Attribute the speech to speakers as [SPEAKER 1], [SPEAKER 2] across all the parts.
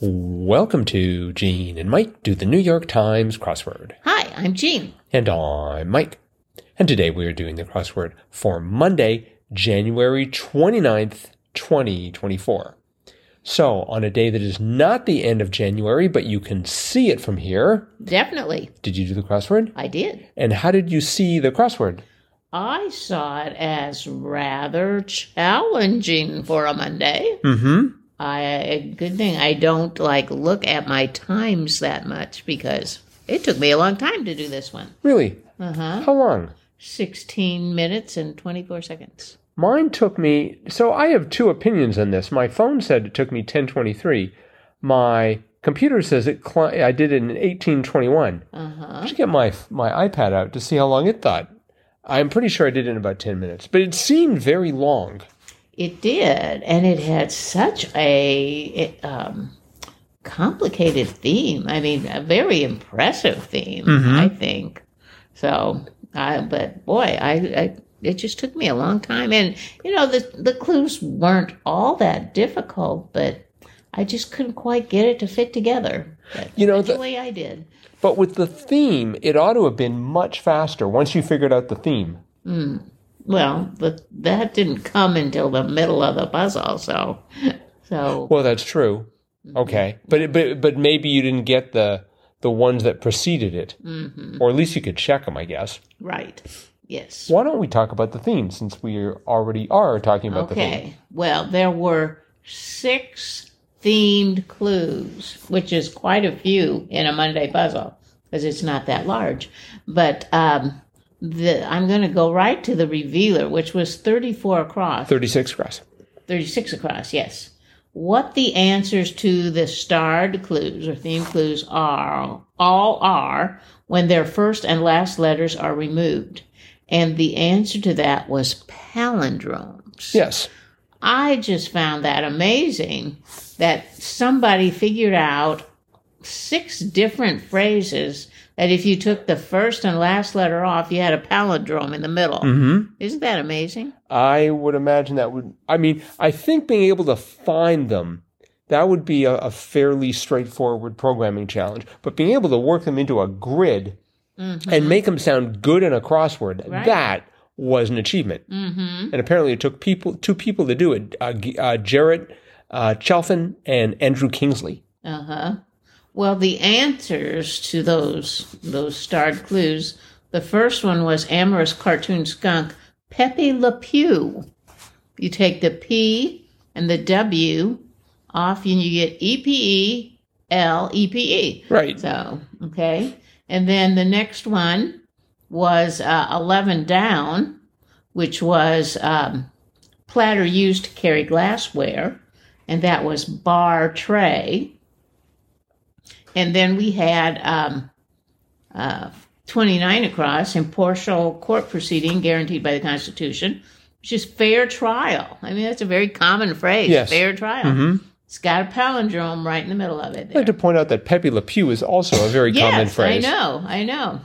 [SPEAKER 1] Welcome to Gene and Mike do the New York Times crossword.
[SPEAKER 2] Hi, I'm Jean.
[SPEAKER 1] And I'm Mike. And today we are doing the crossword for Monday, January 29th, 2024. So, on a day that is not the end of January, but you can see it from here,
[SPEAKER 2] Definitely,
[SPEAKER 1] did you do the crossword?
[SPEAKER 2] I did.
[SPEAKER 1] And how did you see the crossword?
[SPEAKER 2] I saw it as rather challenging for a Monday.
[SPEAKER 1] Mm hmm.
[SPEAKER 2] I good thing I don't like look at my times that much because it took me a long time to do this one.
[SPEAKER 1] Really?
[SPEAKER 2] Uh huh.
[SPEAKER 1] How long?
[SPEAKER 2] 16 minutes and 24 seconds.
[SPEAKER 1] Mine took me. So I have two opinions on this. My phone said it took me 10:23. My computer says it. Cli- I did it in 18:21.
[SPEAKER 2] Uh huh.
[SPEAKER 1] I should get my my iPad out to see how long it thought. I'm pretty sure I did it in about 10 minutes, but it seemed very long.
[SPEAKER 2] It did, and it had such a it, um, complicated theme. I mean, a very impressive theme,
[SPEAKER 1] Mm-hmm.
[SPEAKER 2] I think. So, I but boy, I, I it just took me a long time, and you know the the clues weren't all that difficult, but I just couldn't quite get it to fit together. But
[SPEAKER 1] You know, the-
[SPEAKER 2] eventually I did.
[SPEAKER 1] But with the theme, it ought to have been much faster once you figured out the theme.
[SPEAKER 2] Well, but that didn't come until the middle of the puzzle, so so
[SPEAKER 1] Well, that's true. Mm-hmm. Okay, but it, but but maybe you didn't get the the ones that preceded it, or at least you could check them, I guess.
[SPEAKER 2] right. Yes.
[SPEAKER 1] Why don't we talk about the theme since we already are talking about the theme?
[SPEAKER 2] Okay. Well, there were six themed clues, which is quite a few in a Monday puzzle because it's not that large. But um, the, I'm going to go right to the revealer, which was 34 across,
[SPEAKER 1] 36 grass.
[SPEAKER 2] 36 across, yes. What the answers to the starred clues or theme clues are, all are when their first and last letters are removed. And the answer to that was palindromes.
[SPEAKER 1] Yes.
[SPEAKER 2] I just found that amazing that somebody figured out six different phrases that if you took the first and last letter off, you had a palindrome in the middle. Mm-hmm. Isn't that amazing?
[SPEAKER 1] I would imagine that would, I mean, I think being able to find them, that would be a, a fairly straightforward programming challenge. But being able to work them into a grid and make them sound good in a crossword,
[SPEAKER 2] Mm-hmm. Right.
[SPEAKER 1] that was an achievement.
[SPEAKER 2] Mm-hmm.
[SPEAKER 1] And apparently it took people, two people to do it uh, G- uh, Jarrett uh, Chalfin and Andrew Kingsley.
[SPEAKER 2] Uh huh. Well, the answers to those those starred clues. The first one was amorous cartoon skunk Pepe Le Pew. You take the P and the W off, and you get E P E L E P E.
[SPEAKER 1] Right.
[SPEAKER 2] So okay, and then the next one was uh, eleven down, which was um, platter used to carry glassware, and that was bar tray. And then we had um, uh, 29 across, impartial court proceeding guaranteed by the Constitution, which is fair trial. I mean, that's a very common phrase,
[SPEAKER 1] Yes. Mm-hmm.
[SPEAKER 2] fair trial. It's got a palindrome right in the middle of it.
[SPEAKER 1] I'd
[SPEAKER 2] There.
[SPEAKER 1] like to point out that Pepe Le Pew is also a very common
[SPEAKER 2] Yes,
[SPEAKER 1] phrase.
[SPEAKER 2] I know, I know.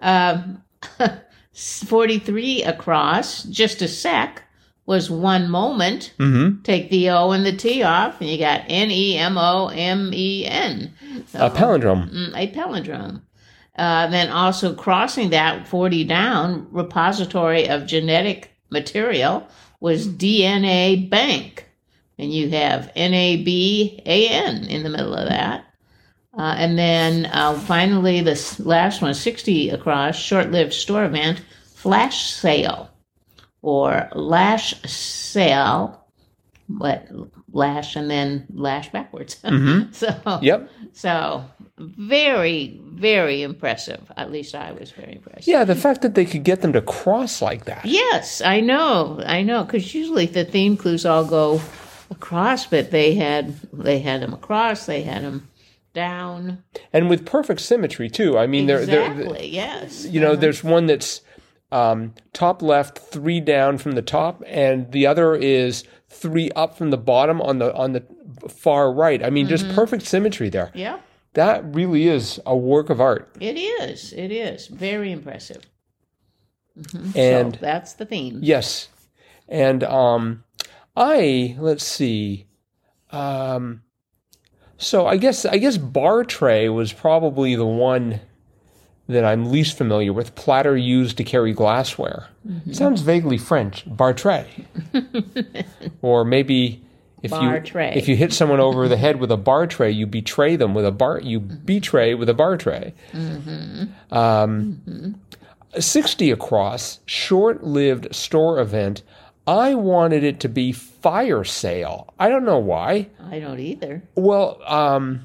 [SPEAKER 2] Um, 43 across, just a sec, was one moment.
[SPEAKER 1] Mm-hmm.
[SPEAKER 2] Take the O and the T off, and you got N E M O M E N.
[SPEAKER 1] A palindrome.
[SPEAKER 2] Mm, a palindrome. Uh, then also crossing that 40 down, repository of genetic material was DNA bank. And you have NABAN in the middle of that. Uh, and then uh, finally, the s- last one, 60 across, short lived store event, flash sale or lash sale, but lash and then lash backwards. so,
[SPEAKER 1] Yep.
[SPEAKER 2] so very, very impressive. At least I was very impressed.
[SPEAKER 1] Yeah, the fact that they could get them to cross like that.
[SPEAKER 2] Yes, I know, I know. Because usually the theme clues all go across, but they had they had them across, they had them down.
[SPEAKER 1] And with perfect symmetry too. I mean they're they're
[SPEAKER 2] exactly. yes.
[SPEAKER 1] you know, there's one that's um, top left, three down from the top, and the other is three up from the bottom on the on the far right. I mean,
[SPEAKER 2] Mm-hmm.
[SPEAKER 1] just perfect symmetry there.
[SPEAKER 2] Yeah,
[SPEAKER 1] That really is a work of art.
[SPEAKER 2] it is. It is very impressive.
[SPEAKER 1] And
[SPEAKER 2] so that's the theme.
[SPEAKER 1] Yes. And um I let's see. Um So I guess I guess bar tray was probably the one that I'm least familiar with. Platter used to carry glassware.
[SPEAKER 2] Mm-hmm.
[SPEAKER 1] Sounds vaguely French. Bar tray. or maybe if
[SPEAKER 2] Bar
[SPEAKER 1] you
[SPEAKER 2] tray.
[SPEAKER 1] if you hit someone over the head with a bar tray, you betray them with a bar. You betray with a bar tray.
[SPEAKER 2] Mm-hmm.
[SPEAKER 1] Um, Sixty across, short-lived store event. I wanted it to be fire sale. I don't know why.
[SPEAKER 2] I don't either.
[SPEAKER 1] Well, um,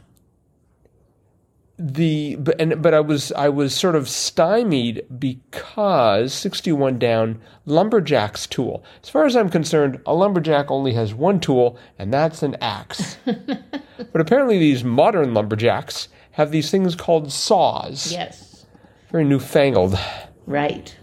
[SPEAKER 1] the but, and but I was I was sort of stymied because sixty one down lumberjack's tool. As far as I'm concerned, a lumberjack only has one tool, and that's an axe. but apparently, these modern lumberjacks have these things called saws.
[SPEAKER 2] Yes.
[SPEAKER 1] Very newfangled.
[SPEAKER 2] Right.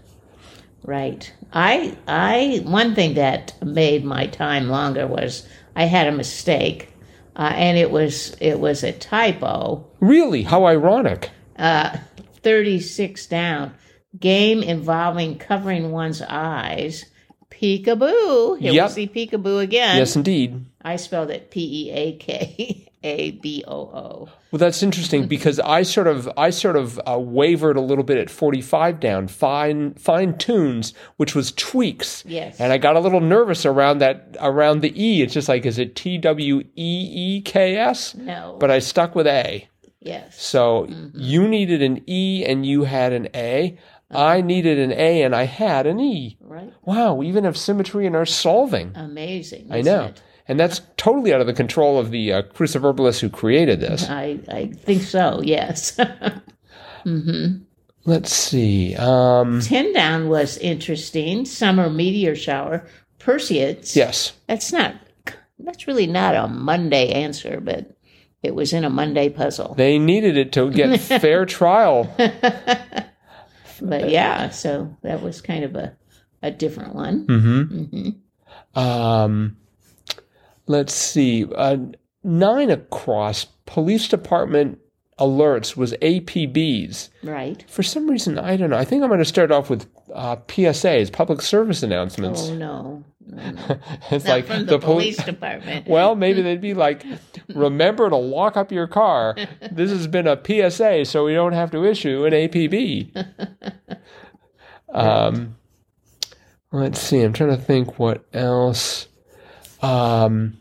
[SPEAKER 2] Right. I I one thing that made my time longer was I had a mistake. Uh, and it was it was a typo.
[SPEAKER 1] Really, how ironic.
[SPEAKER 2] Uh, 36 down. Game involving covering one's eyes. Peekaboo. Here
[SPEAKER 1] Yep.
[SPEAKER 2] we see peekaboo again.
[SPEAKER 1] Yes, indeed.
[SPEAKER 2] I spelled it P E A K A B O O.
[SPEAKER 1] Well, that's
[SPEAKER 2] Mm-hmm.
[SPEAKER 1] interesting because I sort of I sort of uh, wavered a little bit at 45 down fine fine tunes, which was tweaks.
[SPEAKER 2] Yes.
[SPEAKER 1] And I got a little nervous around that around the e. It's just like is it T W E E K S?
[SPEAKER 2] No.
[SPEAKER 1] But I stuck with a.
[SPEAKER 2] yes.
[SPEAKER 1] So
[SPEAKER 2] Mm-hmm.
[SPEAKER 1] you needed an e and you had an a.
[SPEAKER 2] Uh-huh.
[SPEAKER 1] I needed an a and I had an e.
[SPEAKER 2] Right.
[SPEAKER 1] Wow, we even have symmetry in our solving.
[SPEAKER 2] Amazing.
[SPEAKER 1] I
[SPEAKER 2] isn't
[SPEAKER 1] know.
[SPEAKER 2] Uh, it?
[SPEAKER 1] And that's totally out of the control of the uh, cruciverbalist who created this.
[SPEAKER 2] I, I think so, yes.
[SPEAKER 1] Mm-hmm. Let's see. Um,
[SPEAKER 2] 10 down was interesting. Summer meteor shower. Perseids.
[SPEAKER 1] yes.
[SPEAKER 2] That's not, that's really not a Monday answer, but it was in a Monday puzzle.
[SPEAKER 1] They needed it to get fair trial.
[SPEAKER 2] But yeah, so that was kind of a, a different one.
[SPEAKER 1] Hmm.
[SPEAKER 2] Mm-hmm.
[SPEAKER 1] Um, let's see. Uh, nine across police department alerts was APBs.
[SPEAKER 2] Right.
[SPEAKER 1] For some reason, I don't know. I think I'm going to start off with uh, PSAs, public service announcements.
[SPEAKER 2] Oh, no. no, no.
[SPEAKER 1] it's
[SPEAKER 2] Not
[SPEAKER 1] like
[SPEAKER 2] Oh, from the,
[SPEAKER 1] the poli-
[SPEAKER 2] police department.
[SPEAKER 1] Well, maybe they'd be like, remember to lock up your car. This has been a PSA, so we don't have to issue an APB. Um, let's see. I'm trying to think what else. Um,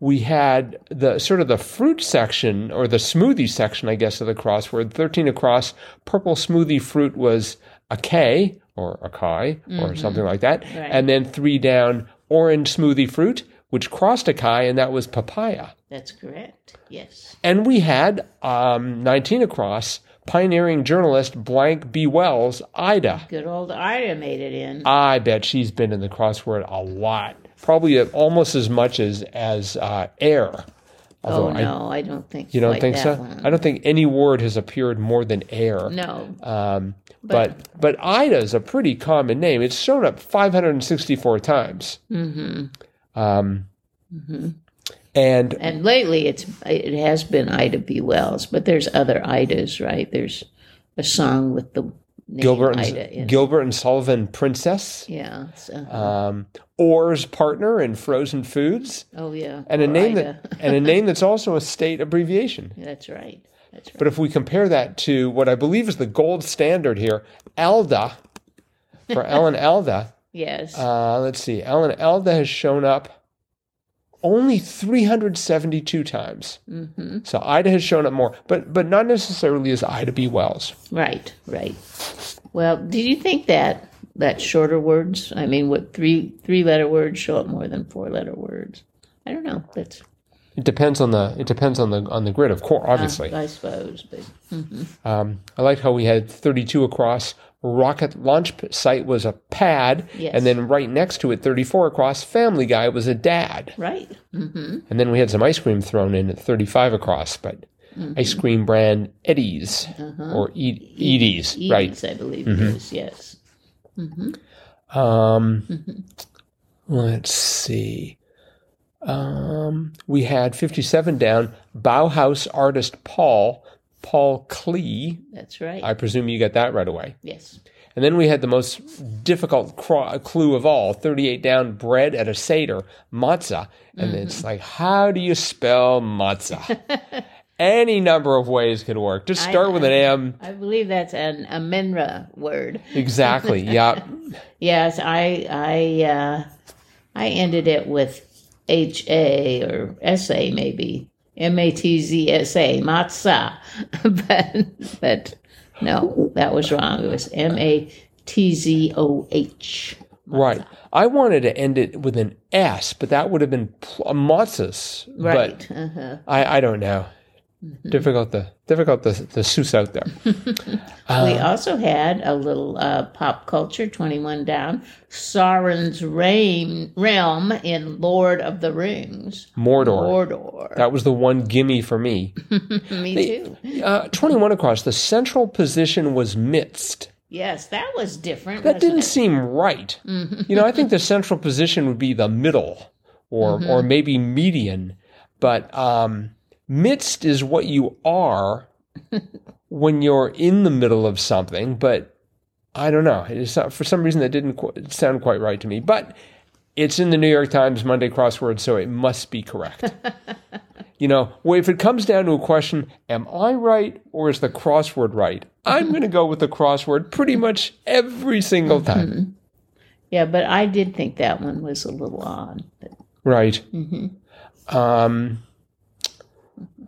[SPEAKER 1] we had the sort of the fruit section or the smoothie section, I guess, of the crossword. 13 across, purple smoothie fruit was a K or a Kai or something like that. And then three down, orange smoothie fruit, which crossed a Kai, and that was papaya.
[SPEAKER 2] That's correct. Yes.
[SPEAKER 1] And we had um, 19 across, pioneering journalist blank B. Wells, Ida.
[SPEAKER 2] Good old Ida made it in.
[SPEAKER 1] I bet she's been in the crossword a lot, probably almost as much as as uh, air.
[SPEAKER 2] oh,
[SPEAKER 1] Although I,
[SPEAKER 2] no, I, don't think
[SPEAKER 1] you don't
[SPEAKER 2] quite
[SPEAKER 1] think
[SPEAKER 2] that
[SPEAKER 1] so?
[SPEAKER 2] One.
[SPEAKER 1] I don't think any word has appeared more than air.
[SPEAKER 2] No.
[SPEAKER 1] Um, but but Ida is a pretty common name. It's shown up 564 times. Mm-hmm. Um,
[SPEAKER 2] Mm-hmm.
[SPEAKER 1] And
[SPEAKER 2] And lately, it's it has been Ida B. Wells, but there's other Idas, right? There's a song with the name
[SPEAKER 1] Gilbert and,
[SPEAKER 2] Ida in. it.
[SPEAKER 1] Gilbert and Sullivan Princess,
[SPEAKER 2] yeah. so-
[SPEAKER 1] um, Orr's partner in Frozen Foods,
[SPEAKER 2] oh yeah.
[SPEAKER 1] and a
[SPEAKER 2] or
[SPEAKER 1] name
[SPEAKER 2] Ida.
[SPEAKER 1] that and a name that's also a state abbreviation.
[SPEAKER 2] That's right. That's right.
[SPEAKER 1] But if we compare that to what I believe is the gold standard here, Alda, for Ellen Alda,
[SPEAKER 2] Yes.
[SPEAKER 1] uh, let's see, Ellen Alda has shown up only 372 times. Mm-hmm. So Ida has shown up more, but but not necessarily as Ida B. Wells.
[SPEAKER 2] right. Right. Well, did you think that that shorter words? I mean, what three three letter words show up more than four letter words? I don't know. That's
[SPEAKER 1] It depends on the it depends on the on the grid, of course, obviously.
[SPEAKER 2] I suppose, but
[SPEAKER 1] Um, I liked how we had 32 across. Rocket launch p- site was a pad,
[SPEAKER 2] Yes.
[SPEAKER 1] and then right next to it, 34 across. Family Guy was a dad.
[SPEAKER 2] right.
[SPEAKER 1] And then we had some ice cream thrown in at 35 across, but ice cream brand Eddie's or Ed- Edie's, right? Mm-hmm.
[SPEAKER 2] Eads, I believe it is. Yes.
[SPEAKER 1] Um, Let's see. Um, we had 57 down, Bauhaus artist Paul, Paul Klee.
[SPEAKER 2] That's right.
[SPEAKER 1] I presume you got that right away.
[SPEAKER 2] yes.
[SPEAKER 1] And then we had the most difficult cro- clue of all 38 down bread at a Seder, matzah. And it's like, how do you spell matzah? Any number of ways could work. Just
[SPEAKER 2] I-
[SPEAKER 1] start with an M.
[SPEAKER 2] I believe that's an Aminra word.
[SPEAKER 1] Exactly. yeah.
[SPEAKER 2] Yes, I I uh, I ended it with H A or S A maybe M A T Z S A matzah, but but no, that was wrong. It was M A T Z O H.
[SPEAKER 1] Right. I wanted to end it with an S, but that would have been pl- a matzahs. But
[SPEAKER 2] Right. uh-huh.
[SPEAKER 1] I, I don't know. Difficult to difficult to, to suss out there.
[SPEAKER 2] we
[SPEAKER 1] uh,
[SPEAKER 2] also had a little uh, pop culture 21 down Sauron's reign, realm in Lord of the Rings.
[SPEAKER 1] Mordor.
[SPEAKER 2] Mordor.
[SPEAKER 1] That was the one gimme for me.
[SPEAKER 2] Me too.
[SPEAKER 1] Uh, 21 across. The central position was midst.
[SPEAKER 2] Yes, that was different.
[SPEAKER 1] That
[SPEAKER 2] wasn't
[SPEAKER 1] didn't
[SPEAKER 2] it?
[SPEAKER 1] seem right. You know, I think the central position would be the middle or or maybe median, but um, midst is what you are when you're in the middle of something. But I don't know. It's not, for some reason that didn't qu- sound quite right to me. But it's in the New York Times Monday crossword, so it must be correct. You know, well, if it comes down to a question, am I right or is the crossword right? I'm going to go with the crossword pretty much every single time.
[SPEAKER 2] Yeah, but I did think that one was a little odd. But
[SPEAKER 1] Right.
[SPEAKER 2] Mm-hmm.
[SPEAKER 1] Um,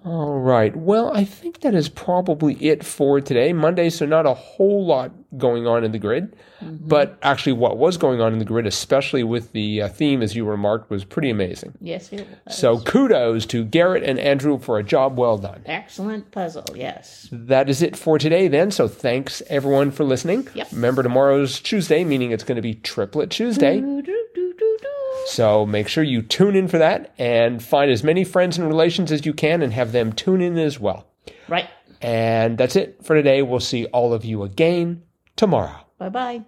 [SPEAKER 1] all right. Well, I think that is probably it for today. Monday, so not a whole lot going on in the grid.
[SPEAKER 2] Mm-hmm.
[SPEAKER 1] But actually, what was going on in the grid, especially with the uh, theme, as you remarked, was pretty amazing.
[SPEAKER 2] yes, it was.
[SPEAKER 1] So kudos to Garrett and Andrew for a job well done.
[SPEAKER 2] Excellent puzzle, yes.
[SPEAKER 1] That is it for today, then. So thanks everyone for listening.
[SPEAKER 2] Yep.
[SPEAKER 1] Remember, tomorrow's Tuesday, meaning it's going to be Triplet Tuesday.
[SPEAKER 2] Doo, doo, doo, doo, doo.
[SPEAKER 1] So make sure you tune in for that and find as many friends and relations as you can and have them tune in as well.
[SPEAKER 2] Right.
[SPEAKER 1] And that's it for today. We'll see all of you again tomorrow.
[SPEAKER 2] Bye bye.